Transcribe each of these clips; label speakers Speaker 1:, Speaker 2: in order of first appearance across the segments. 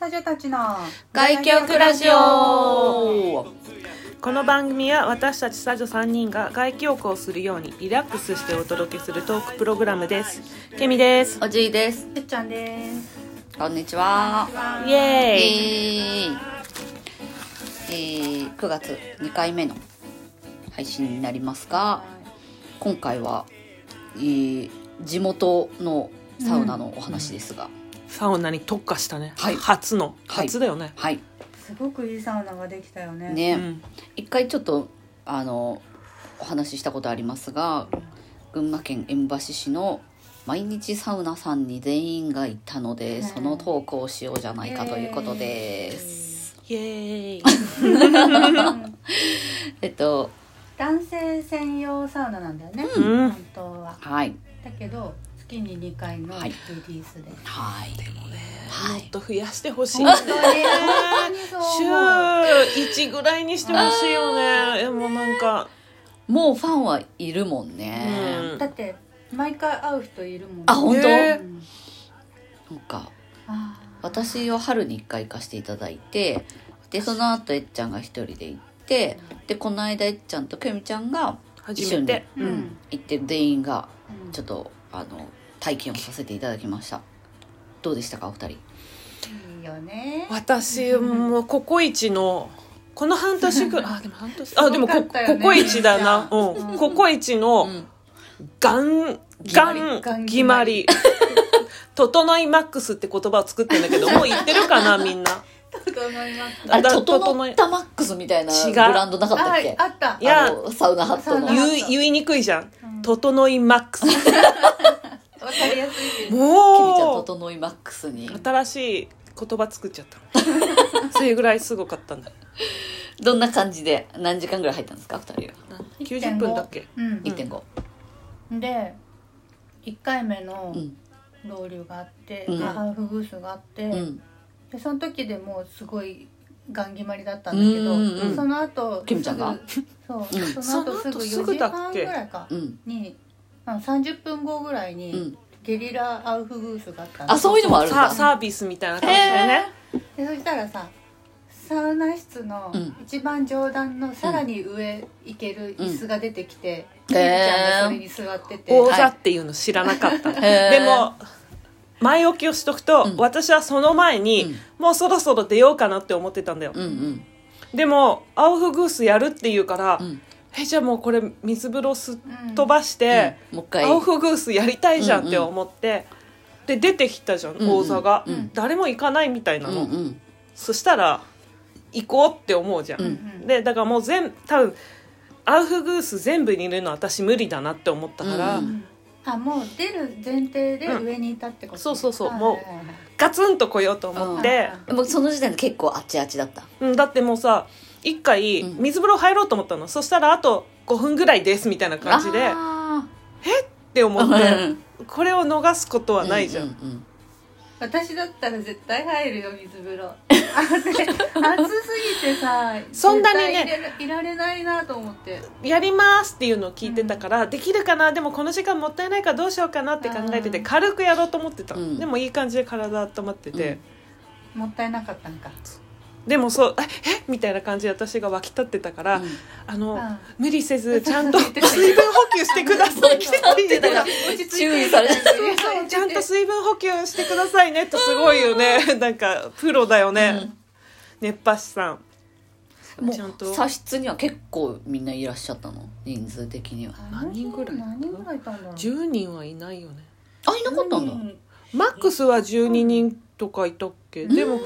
Speaker 1: 魔女たちの
Speaker 2: 外局ラジオ
Speaker 3: この番組は私たちスタジオ3人が外記憶をするようにリラックスしてお届けするトークプログラムですケミです
Speaker 2: おじいです
Speaker 1: ゆっちゃんです
Speaker 2: こんにちは
Speaker 3: イエ
Speaker 2: え
Speaker 3: ーイ
Speaker 2: ーえー、9月2回目の配信になりますが今回は、えー、地元のサウナのお話ですが、
Speaker 3: サウナに特化したね、
Speaker 2: はい
Speaker 3: 初の
Speaker 2: はい
Speaker 3: 初だよね、
Speaker 2: はい
Speaker 1: すごくいいサウナができたよね
Speaker 2: ね、
Speaker 3: うん
Speaker 2: 一回ちょっとあのお話ししたことありますが群馬県縁橋市の毎日サウナさんに全員が行ったの
Speaker 1: う
Speaker 2: で、
Speaker 1: ん
Speaker 2: その投稿をしようじゃないかということです。
Speaker 3: イエーイ
Speaker 1: うん
Speaker 2: えっと
Speaker 1: 男性専用サウナなんだよね、
Speaker 3: うん
Speaker 1: 本当は
Speaker 2: はい
Speaker 1: だけど月に2回の
Speaker 2: はい
Speaker 1: リリースで、
Speaker 2: はいでもねは
Speaker 3: も
Speaker 2: い
Speaker 3: っと増やしてほしい
Speaker 1: 本
Speaker 3: ね
Speaker 1: 当に本当にそう
Speaker 3: 週
Speaker 1: 思う
Speaker 3: 1ぐらいにしてほしいよねでもなんか
Speaker 2: もうファンはいるもんね。
Speaker 3: うん
Speaker 1: だって毎回会う人いるもん、ね、
Speaker 2: あ本当、
Speaker 3: ね
Speaker 1: うん
Speaker 2: なんか
Speaker 1: あー
Speaker 2: 私を春に1回行かせていただいてでその後えっちゃんが1人で行ってでこの間えっちゃんとけみちゃんが一
Speaker 3: 初
Speaker 2: 緒
Speaker 3: め
Speaker 2: に
Speaker 3: て、
Speaker 1: うん
Speaker 2: うん行って全員が
Speaker 1: うん
Speaker 2: ちょっとあの体験をさせていただきましたどうでしたかお二人
Speaker 1: いいよね
Speaker 3: 私もうココイチのこの半年くらいあでも半年あでも
Speaker 1: す
Speaker 3: こ
Speaker 1: ごかったよ
Speaker 3: コ
Speaker 1: ね
Speaker 3: コイチだな、
Speaker 1: う
Speaker 3: うんん、ココイチの、
Speaker 2: うん
Speaker 3: ガン、ガン、
Speaker 1: ガン
Speaker 3: 決まり。整いマックスって言葉を作ってんだけど、もう言ってるかな、みんな。
Speaker 1: 整います
Speaker 2: あれ
Speaker 3: だ
Speaker 2: 整っ
Speaker 3: い
Speaker 2: たマックスみたいな
Speaker 3: 違う
Speaker 2: ブランドなかったっけ
Speaker 1: ああった
Speaker 3: いや
Speaker 2: あのサウナハットの
Speaker 1: サウナハッ
Speaker 2: 結
Speaker 3: 言い、言いにくいじゃ
Speaker 1: うん
Speaker 3: ん。整いマックス。
Speaker 1: わかりやすいけど
Speaker 2: 美ちゃん
Speaker 3: もう、
Speaker 2: 整いマックスに
Speaker 3: 新しい言葉作っちゃった。それぐらいすごかったんだ。
Speaker 2: どんな感じで何時間ぐらい入ったんですか二人は
Speaker 3: 90分だっけ、
Speaker 1: うん
Speaker 2: 1.5
Speaker 1: で1回目の
Speaker 2: うん
Speaker 1: ロウリュがあって、
Speaker 2: うん
Speaker 1: ハーフグースがあって、
Speaker 2: うん
Speaker 1: でその時でもうすごいガン決まりだったんだけど、
Speaker 2: うんうんうん
Speaker 1: その後
Speaker 2: キムちゃんが
Speaker 1: すぐそう、
Speaker 2: うん
Speaker 1: その後すぐ
Speaker 3: その後す
Speaker 1: 4
Speaker 3: ぐ
Speaker 1: 時
Speaker 3: だっ
Speaker 1: 半
Speaker 3: け
Speaker 1: ぐらいか
Speaker 2: うん
Speaker 1: に、あ30分後ぐらいうに
Speaker 2: ん
Speaker 1: ゲリラアウフグースがあったの
Speaker 2: あそういうのもあるん
Speaker 3: さ
Speaker 2: だ
Speaker 3: サービスみたいな感じでね、
Speaker 1: でそしたらさサウナ室の
Speaker 2: うん
Speaker 1: 一番上段のさらに上行ける椅子が出てきて、
Speaker 2: う
Speaker 1: キ
Speaker 2: ん
Speaker 1: ムちゃんがそれに座ってて、
Speaker 3: 王
Speaker 2: ー
Speaker 3: 座っていうの知らなかった、
Speaker 2: へー
Speaker 3: でも前置きをしとくと、
Speaker 2: うん
Speaker 3: 私はその前に、もうそろそろ出ようかなって思ってたんだよ、
Speaker 2: うんうん
Speaker 3: でもアウフグースやるっていうから、
Speaker 2: うん
Speaker 3: えじゃあもうこれ水風呂すっ
Speaker 1: うん
Speaker 3: 飛ばして、
Speaker 2: うんもう一回
Speaker 3: アウフグースやりたいじゃんって思って、で出てきたじゃん、
Speaker 2: んうん
Speaker 3: 王座が、
Speaker 2: うん
Speaker 3: 誰も行かないみたいな
Speaker 2: うん
Speaker 3: の、
Speaker 2: うん
Speaker 3: そしたら行こうって思うじゃん、
Speaker 2: うん
Speaker 3: でだからもう全多分アウフグース全部に入れるの私無理だなって思ったから、
Speaker 2: うんうん
Speaker 1: あもう出る前提で上にいたってこと、
Speaker 3: そうそうそう
Speaker 1: はい
Speaker 3: もう
Speaker 1: はいはい
Speaker 3: ガツンと来ようと思って、
Speaker 2: でもその時点で結構あっちあっちだった
Speaker 3: うん、だってもうさ一回
Speaker 2: うん
Speaker 3: 水風呂入ろうと思ったの、そしたらあと5分ぐらいですみたいな感じでっ
Speaker 2: あ
Speaker 3: て思
Speaker 2: ー
Speaker 3: って。
Speaker 2: うん
Speaker 3: これを逃すことはないじゃ
Speaker 2: う
Speaker 3: ん、
Speaker 2: うう
Speaker 1: 私だったら絶対入るよ水風 呂あで暑すぎてさ
Speaker 3: そんなにね
Speaker 1: 絶対入れるいられないなと思って
Speaker 3: やりますっていうのを聞いてたから、できるかなでもこの時間もったいないからどうしようかなって考えてて
Speaker 1: うん
Speaker 3: 軽くやろうと思ってた、
Speaker 2: うん
Speaker 3: でもいい感じで体温まってて、
Speaker 1: もったいなかったんか
Speaker 3: でもそう「ええみたいな感じで私が沸き立ってたから
Speaker 2: う
Speaker 3: 「
Speaker 2: ん
Speaker 3: あの、
Speaker 1: うん
Speaker 3: 無理せずちゃんと
Speaker 1: そう
Speaker 3: 水
Speaker 1: そうそう
Speaker 3: 分補給してください」って言ってたから。
Speaker 1: 落ち着いて
Speaker 2: 注意されて
Speaker 1: そうそう
Speaker 3: ちゃんと水分補給してくださいねってすごいよねなんかプロだよね、
Speaker 2: うん
Speaker 3: 熱波師さん
Speaker 2: も
Speaker 3: ちゃんと
Speaker 2: う茶室には結構みんないらっしゃったの人数的には
Speaker 3: 何人ぐらい
Speaker 1: 何人ぐらいいたんだろう
Speaker 3: 10人はいないよね
Speaker 2: あいなかったんだ
Speaker 1: うん
Speaker 3: マックスは12人とかいたっけでも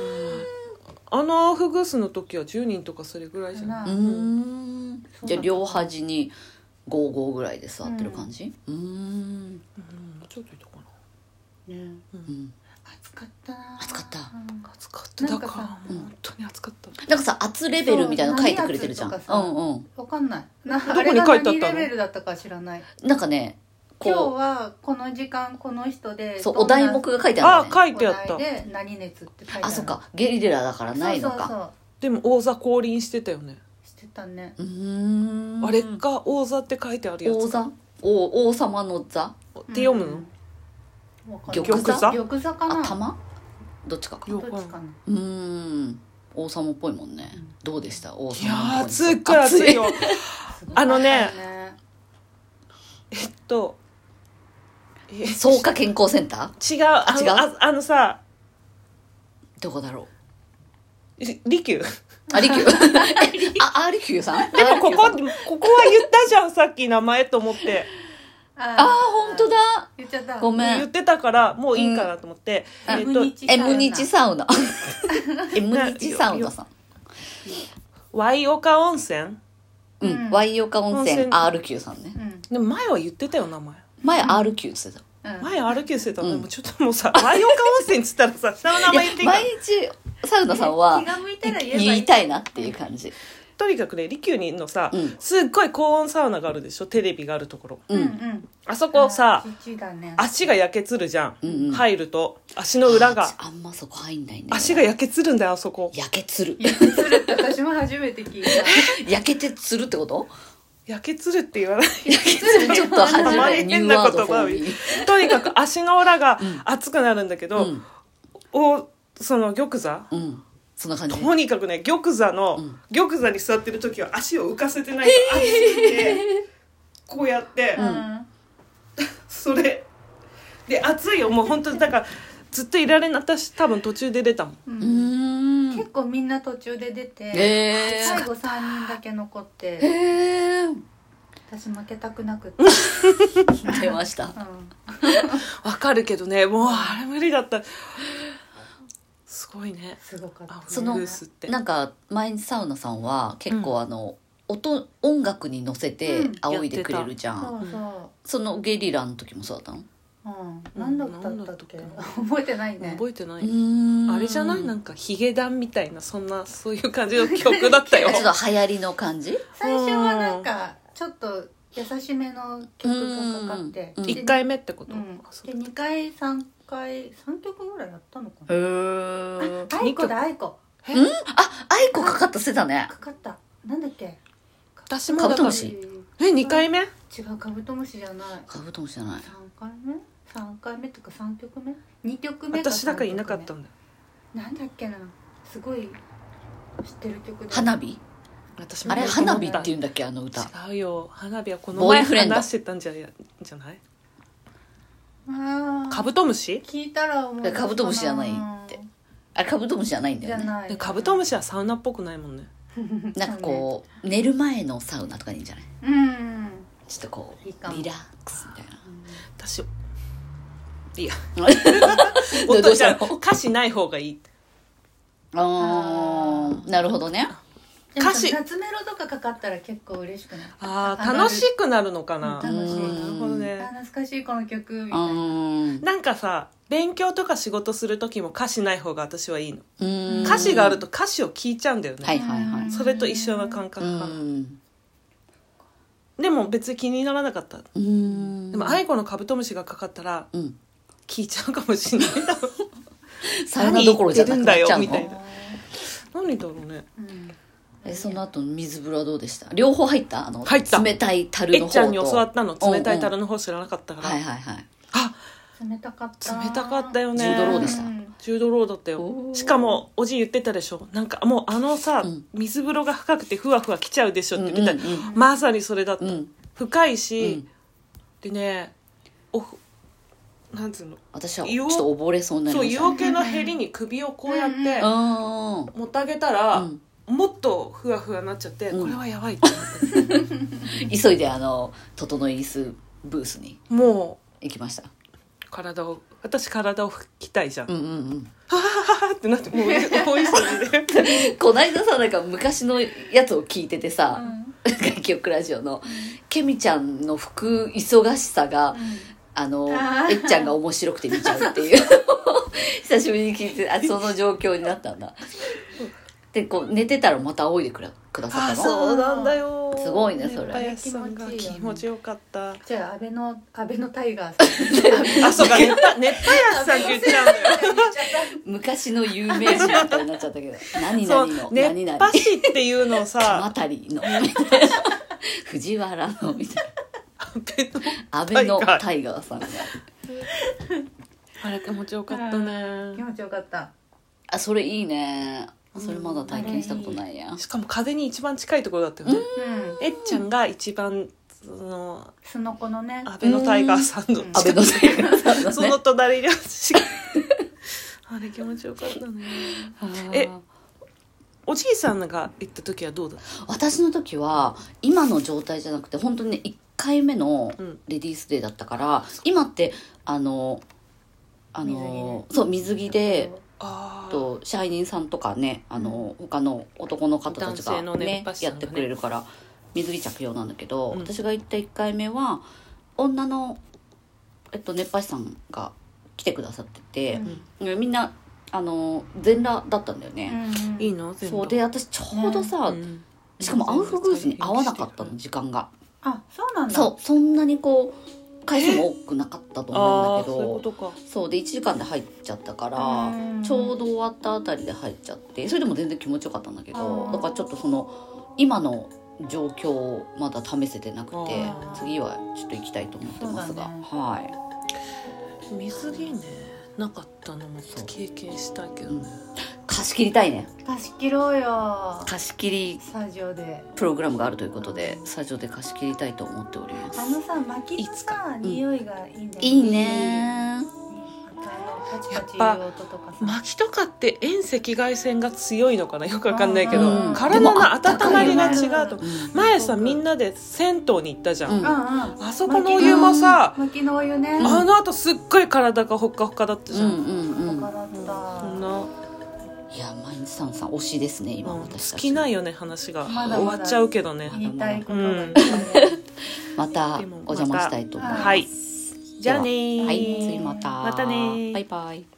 Speaker 3: あのアウフグースの時は10人とかそれぐらいじゃない
Speaker 2: うんんじゃあ両端に55ぐらいで座ってる感じうーん
Speaker 3: うんちょっといたかな
Speaker 1: ね
Speaker 2: うん
Speaker 1: 暑かったな
Speaker 2: 暑かった
Speaker 1: うん
Speaker 3: 暑かっただ
Speaker 1: な
Speaker 3: から
Speaker 1: んか
Speaker 2: さ
Speaker 3: もう本当に暑かった、
Speaker 2: なんかさ圧レベルみたいなの書いてくれてるじゃん
Speaker 1: そう
Speaker 2: う
Speaker 1: 何圧とかさ
Speaker 2: んうん
Speaker 1: わかんないな
Speaker 3: ど
Speaker 1: あ
Speaker 3: こ
Speaker 1: れ
Speaker 3: に書いてあ
Speaker 1: が
Speaker 3: ったの
Speaker 1: 何レベルだったか知らない
Speaker 2: なんかね
Speaker 1: 今日
Speaker 2: こ
Speaker 1: はこの時間この人
Speaker 2: う
Speaker 1: で
Speaker 2: そう
Speaker 1: ど
Speaker 2: お
Speaker 1: んな
Speaker 2: 題目が書いてあ
Speaker 3: あ
Speaker 2: るのね
Speaker 3: 書いてあった
Speaker 1: お題で何熱って書いてある
Speaker 2: あそっかゲリラだからないの
Speaker 1: そう
Speaker 2: か
Speaker 1: そう
Speaker 3: でも王座降臨してたよね、
Speaker 1: そうしてたね
Speaker 2: うーん
Speaker 3: あれが王座って書いてあるや
Speaker 2: 王
Speaker 3: つ
Speaker 2: 座王王様の座
Speaker 3: って読むの、
Speaker 1: うんわかんない
Speaker 2: 玉座
Speaker 1: 玉座かな
Speaker 2: 頭どっちかか
Speaker 1: どっちかな
Speaker 2: うーん王様っぽいもんねどうでした王
Speaker 3: い
Speaker 2: 様っぽい
Speaker 3: やー暑いから暑いよ
Speaker 1: すごい
Speaker 3: あのね
Speaker 1: ね
Speaker 3: えっとえ違う
Speaker 2: 草加健康センター
Speaker 3: あの
Speaker 2: 違う
Speaker 3: ああのさ
Speaker 2: どこだろう
Speaker 3: り利休
Speaker 2: アリキューあアリキューさん
Speaker 3: でもここここは
Speaker 2: あ
Speaker 3: 言ったじゃんさっき名前と思って
Speaker 1: あ
Speaker 2: あー本当だ
Speaker 1: 言っちゃった
Speaker 2: ごめ
Speaker 3: 言っ
Speaker 2: ん
Speaker 3: てたからもういいかなと思って、
Speaker 2: うん
Speaker 3: えっ
Speaker 1: M
Speaker 3: と
Speaker 1: 日
Speaker 2: M 日サウナ M 日サウナさん
Speaker 3: Y 岡温泉
Speaker 1: う
Speaker 2: う
Speaker 1: ん
Speaker 2: ん、ワイオカ温泉
Speaker 3: 温泉
Speaker 2: RQ さんね
Speaker 1: う。ん
Speaker 3: でも前は言ってたよ名前
Speaker 2: 前 RQ って言ってた。
Speaker 1: うん
Speaker 3: 前歩きしてたの、
Speaker 2: うん
Speaker 3: でもちょっともう さ Y 岡温泉っつったらさ下の名前言ってい
Speaker 2: い
Speaker 3: い
Speaker 2: や
Speaker 3: か
Speaker 2: 毎日、サウナさんは
Speaker 1: 気が向いたら言えばいい
Speaker 2: 言いたいなっていう感じ。
Speaker 3: とにかくね利休にのさ、
Speaker 2: うん
Speaker 3: すっごい高温サウナがあるでしょテレビがあるところ
Speaker 2: うん。
Speaker 1: ん
Speaker 3: あそこさ
Speaker 1: あ父だね
Speaker 3: 足が焼けつるじゃん、
Speaker 2: うんうん
Speaker 3: 入ると足の裏が
Speaker 2: ああんまそこ入んないね。
Speaker 3: 足が焼けつるんだよあそこ
Speaker 2: 焼けつる。
Speaker 1: 焼けつるって私も初めて聞いた
Speaker 2: 焼けてつるってこと
Speaker 3: 焼けつるって言わない
Speaker 2: ちょっと初
Speaker 3: 名
Speaker 2: め
Speaker 3: 前
Speaker 2: てニュ
Speaker 3: 変
Speaker 2: ー
Speaker 3: な
Speaker 2: ワ
Speaker 3: 言
Speaker 2: ードフ
Speaker 3: 葉
Speaker 2: ォ
Speaker 3: を
Speaker 2: ー
Speaker 3: 言う
Speaker 2: ミー。
Speaker 3: とにかく足の裏が熱くなるんだけ
Speaker 2: う
Speaker 3: ど、
Speaker 2: ん。
Speaker 3: おその玉座
Speaker 2: うん。そんな感じ。
Speaker 3: とにかくね玉座の、
Speaker 2: うん
Speaker 3: 玉座に座ってる時は足を浮かせてないと熱すぎてこうやって、
Speaker 1: うん
Speaker 3: それで暑いよもう本当にだからずっといられない私多分途中で出たもん
Speaker 1: うん
Speaker 2: うー
Speaker 1: 結
Speaker 2: ん。
Speaker 1: 構みんな途中で出て
Speaker 2: え
Speaker 1: 最後3人だけ残っ
Speaker 2: ー。
Speaker 1: て
Speaker 2: えー。
Speaker 1: 私負けたくなくって
Speaker 2: 出ました。
Speaker 1: うん
Speaker 3: わかるけどねもうあれ無理だったすごいね
Speaker 1: すごかった
Speaker 3: あ
Speaker 2: そ
Speaker 3: フ
Speaker 2: の
Speaker 3: ルースって
Speaker 2: なんか前にサウナさんは結
Speaker 3: う
Speaker 2: 構あの、音音楽に乗せて
Speaker 1: うん
Speaker 2: 仰いでくれるじゃん、
Speaker 1: そうそ
Speaker 2: そのゲリラの時もそうだったの
Speaker 1: ううん何だったっけ
Speaker 3: うん
Speaker 1: 覚えてないね
Speaker 3: 覚えてな
Speaker 2: う
Speaker 3: い
Speaker 2: ーん
Speaker 3: あれじゃないなんんかヒゲダンみたいなそんなそういう感じの曲だったよ
Speaker 2: ちょっと流行りの感じ
Speaker 1: 最初はなんかちょっと優しめの曲がかかって
Speaker 2: うん
Speaker 1: で
Speaker 3: 1回目ってこと、
Speaker 1: うん
Speaker 3: あそう
Speaker 1: で2回3回3曲ぐらいやったのかな
Speaker 2: ー
Speaker 1: あいこだあいこ
Speaker 2: あアイコかかったせたね
Speaker 1: かかったなんだっけ
Speaker 3: 私もだ
Speaker 2: カブト
Speaker 3: か
Speaker 2: ム
Speaker 3: ら
Speaker 2: シ
Speaker 3: え2回目
Speaker 1: 違うカブトムシじゃない
Speaker 2: カブトムシじゃな
Speaker 1: 3
Speaker 2: い
Speaker 1: 回目3回目とか3曲目2曲目
Speaker 3: 私だからいなかった
Speaker 1: 3曲
Speaker 3: んだよ
Speaker 1: 目なんだっけなすごい知ってる曲で
Speaker 2: 花火
Speaker 3: 私も
Speaker 2: あれ
Speaker 3: なんか
Speaker 2: 花
Speaker 3: 思
Speaker 2: 火
Speaker 3: っ
Speaker 2: ったて言うんだっけあの歌
Speaker 3: 違うよ花火はこの
Speaker 2: ボー
Speaker 3: 前
Speaker 2: イフレンド
Speaker 3: 話してたんじゃじゃない
Speaker 1: あー
Speaker 3: カブトムシ
Speaker 1: 聞いたら思い出すか
Speaker 2: カブトムシじゃないってあれカブトムシじゃないんだ
Speaker 1: じ
Speaker 2: よ
Speaker 1: ゃ
Speaker 2: ね
Speaker 1: ない
Speaker 3: カブトムシはサウナっぽくないもんね
Speaker 2: なんかこう寝る前のサウナとかにいいんじゃないう
Speaker 1: うん
Speaker 2: ちょっとこう
Speaker 1: いいかも
Speaker 2: リラックスみたいな
Speaker 3: 私 いや
Speaker 2: どどうしたの
Speaker 3: 歌詞ない方がいい
Speaker 2: あーなるほどね
Speaker 1: 歌
Speaker 3: 歌
Speaker 1: 詞
Speaker 3: 詞
Speaker 1: 夏メロとかかかったら結構嬉しくない
Speaker 3: あ
Speaker 1: あ
Speaker 3: あ楽しくなるのかな
Speaker 1: うん楽しい
Speaker 3: うんなるほど
Speaker 1: あ
Speaker 3: ね
Speaker 1: 懐かしいこの曲みた
Speaker 2: う
Speaker 1: いな
Speaker 2: ーん
Speaker 3: なんかさ勉強とか仕事する時も歌詞ない方が私はいいの
Speaker 2: うーん
Speaker 3: 歌詞があると歌詞を聞いちゃうんだよね、
Speaker 2: はいはいは
Speaker 1: うん
Speaker 2: い
Speaker 3: それと一緒の感
Speaker 2: う
Speaker 3: 覚かな
Speaker 2: ーん
Speaker 3: でも別に気にならなかった
Speaker 2: うーん
Speaker 3: でも愛子のカブトムシがかかったら
Speaker 2: うん
Speaker 3: 聞いちゃうかもしれ ない
Speaker 2: サウナどころじゃなくなっちゃう
Speaker 3: 何言ってるんだよみたい
Speaker 2: の
Speaker 3: な何だろうね
Speaker 1: うん
Speaker 2: えその後の水風呂はどうでした両方入ったあの
Speaker 3: 入った
Speaker 2: 冷たい樽
Speaker 3: え
Speaker 2: の
Speaker 3: っ
Speaker 2: 方
Speaker 3: ち
Speaker 2: と
Speaker 3: ゃんに教わったの冷たい樽
Speaker 2: の
Speaker 3: の方知らなかったから、
Speaker 2: はいはいはい
Speaker 3: あ
Speaker 1: 冷たかった
Speaker 3: 冷たかったよ
Speaker 2: ジ
Speaker 3: ね
Speaker 2: ュードローでした
Speaker 1: うん
Speaker 3: 10ドローだった
Speaker 2: お
Speaker 3: よ
Speaker 2: ー
Speaker 3: しかもおじ言ってたでしょなんかもうあのさ、
Speaker 2: うん
Speaker 3: 水風呂が深くてふわふわ来ちゃうでしょ
Speaker 2: う
Speaker 3: っ
Speaker 2: ん
Speaker 3: て
Speaker 2: う
Speaker 3: 言ってた、
Speaker 2: ん
Speaker 3: まさにそれだった、
Speaker 2: うんうん
Speaker 3: 深いうし、
Speaker 2: ん
Speaker 3: でねおふなんつうの
Speaker 2: 私はち
Speaker 3: 硫
Speaker 2: ょ
Speaker 3: 黄
Speaker 2: っと溺れそうになり
Speaker 3: そう
Speaker 2: ましたね
Speaker 3: 硫黄系のへりに首をこうやっ
Speaker 2: う
Speaker 3: て
Speaker 2: ーん
Speaker 3: 持ってあげたら、
Speaker 2: うん
Speaker 3: もっとふわふわになっちゃって、
Speaker 2: うん
Speaker 3: これはやばいって思って
Speaker 2: 急いであの整い椅子ブースに
Speaker 3: も
Speaker 2: 行きました
Speaker 3: う体を私体を拭きたいじゃん、
Speaker 2: うんうんうん
Speaker 3: あーってなってもう大急ぎで
Speaker 2: こないださなんか昔のやつを聞いてて
Speaker 1: う
Speaker 2: さ
Speaker 1: ん
Speaker 2: 「外記憶ラジオ」のケミちゃんの服忙しさがあの
Speaker 1: あー
Speaker 2: えっちゃんが面白くて見ちゃうっていう久しぶりに聞いてあその状況になったんだでこう寝てたらまた仰いでくらくださ
Speaker 3: あ
Speaker 2: ったの
Speaker 3: そうなんだよ
Speaker 2: すごいねそれ
Speaker 3: 林さんが
Speaker 1: 気持ちいいよね
Speaker 3: 気持ちよかった
Speaker 1: じゃあ安倍の安倍のタイガーさん
Speaker 3: あ、そうか、熱波、熱波屋さんって言っちゃうんだよ。
Speaker 2: 昔の有名人みたいになっちゃったけど何
Speaker 3: そ
Speaker 2: 々の
Speaker 3: う、
Speaker 2: 何
Speaker 3: 熱
Speaker 2: 々
Speaker 3: 波師っていうの
Speaker 2: 鎌
Speaker 3: をさ、
Speaker 2: 足の藤原のみたいな安倍のタイガーさんが
Speaker 3: あれ気持ちよかった
Speaker 1: 気
Speaker 3: ね
Speaker 1: 持ちよかった
Speaker 2: あそれいいねそれまだ体験したことないや、
Speaker 3: しかも風に一番近いところだったよね
Speaker 1: うん
Speaker 3: えっちゃんが一番その
Speaker 1: すのこのね
Speaker 3: 安倍のタイガーさんの
Speaker 1: うん
Speaker 2: 安倍のタイガーさんのね
Speaker 3: その隣に私があれ気持ちよかったねえおじいさんが行った時はどうだっ
Speaker 2: 私の時は今の状態じゃなくて本当にね1回目の
Speaker 3: うん
Speaker 2: レディースデーだったから、今ってあのあのそう水着で
Speaker 3: たあー
Speaker 2: と支配人さんとかねあの、他の男の方たち
Speaker 3: 男
Speaker 2: が
Speaker 3: 性、のね
Speaker 2: ね
Speaker 3: パッシ
Speaker 2: や
Speaker 3: ョン
Speaker 2: っ
Speaker 3: がね
Speaker 2: てくれるから水着着用なんだけど、
Speaker 3: うん
Speaker 2: 私が行った1回目は女の、えっと、熱波師さんが来てくださってて、みんなあの全裸だったんだよね。
Speaker 3: いいの全部
Speaker 2: そうで私ちょうどさ、
Speaker 3: うん
Speaker 2: しかもアウフグースに合わなかったの時間が
Speaker 1: あそうなんだ
Speaker 2: そうそんなにこう回数も多くなかったと思うん
Speaker 3: あ
Speaker 2: だ
Speaker 3: あ
Speaker 2: け
Speaker 3: そういうこ
Speaker 2: ど
Speaker 3: とか
Speaker 2: そうで1時間で入っちゃったから
Speaker 1: うん
Speaker 2: ちょうど終わったあたりで入っちゃってそれでも全然気持ちよかったんだけど
Speaker 1: あー
Speaker 2: だからちょっとその今の状況をまだ試せてなくて
Speaker 3: あ
Speaker 1: ー
Speaker 2: 次はちょっと行きたいと思ってます
Speaker 1: そう
Speaker 2: が、
Speaker 1: だね
Speaker 2: は
Speaker 3: 水着ねなかったのも経験したいけどね
Speaker 2: い貸し切りたいね
Speaker 1: 貸し切ろうよ
Speaker 2: 貸し切り
Speaker 1: スタジオで
Speaker 2: プログラムがあるということでスタジオで貸し切りたいと思っております
Speaker 1: あのさ薪の
Speaker 3: いつか
Speaker 1: さ匂いがいいんだよ
Speaker 2: いいね
Speaker 1: なんかあのパチパチ
Speaker 3: やっ
Speaker 1: いう音とかさ
Speaker 3: 薪とかって遠赤外線が強いのかなよくわかんないけど、
Speaker 2: うん
Speaker 3: 体の温まりが違うと
Speaker 1: う
Speaker 2: ー
Speaker 3: 前さみんなで銭湯に行ったじゃん、
Speaker 2: うん
Speaker 1: うんうん
Speaker 3: あそこのお湯もさ、
Speaker 1: 薪のお湯ね
Speaker 3: あのあとすっごい体がほっかほかだったじ
Speaker 2: う
Speaker 3: ゃん、
Speaker 2: んうんうん
Speaker 1: 他だった
Speaker 3: そんない
Speaker 2: や毎日さんさん推しですね今
Speaker 3: うん
Speaker 2: 私た
Speaker 3: 尽
Speaker 2: ち
Speaker 3: きないよね話が
Speaker 1: まだまだ
Speaker 3: 終わっちゃうけどね
Speaker 1: 言いたいことがいっ
Speaker 2: また
Speaker 3: でも
Speaker 2: お邪魔したいと思います、
Speaker 3: はいじゃあね
Speaker 2: では
Speaker 3: ー
Speaker 2: はい次また
Speaker 3: またねー
Speaker 2: バイバイ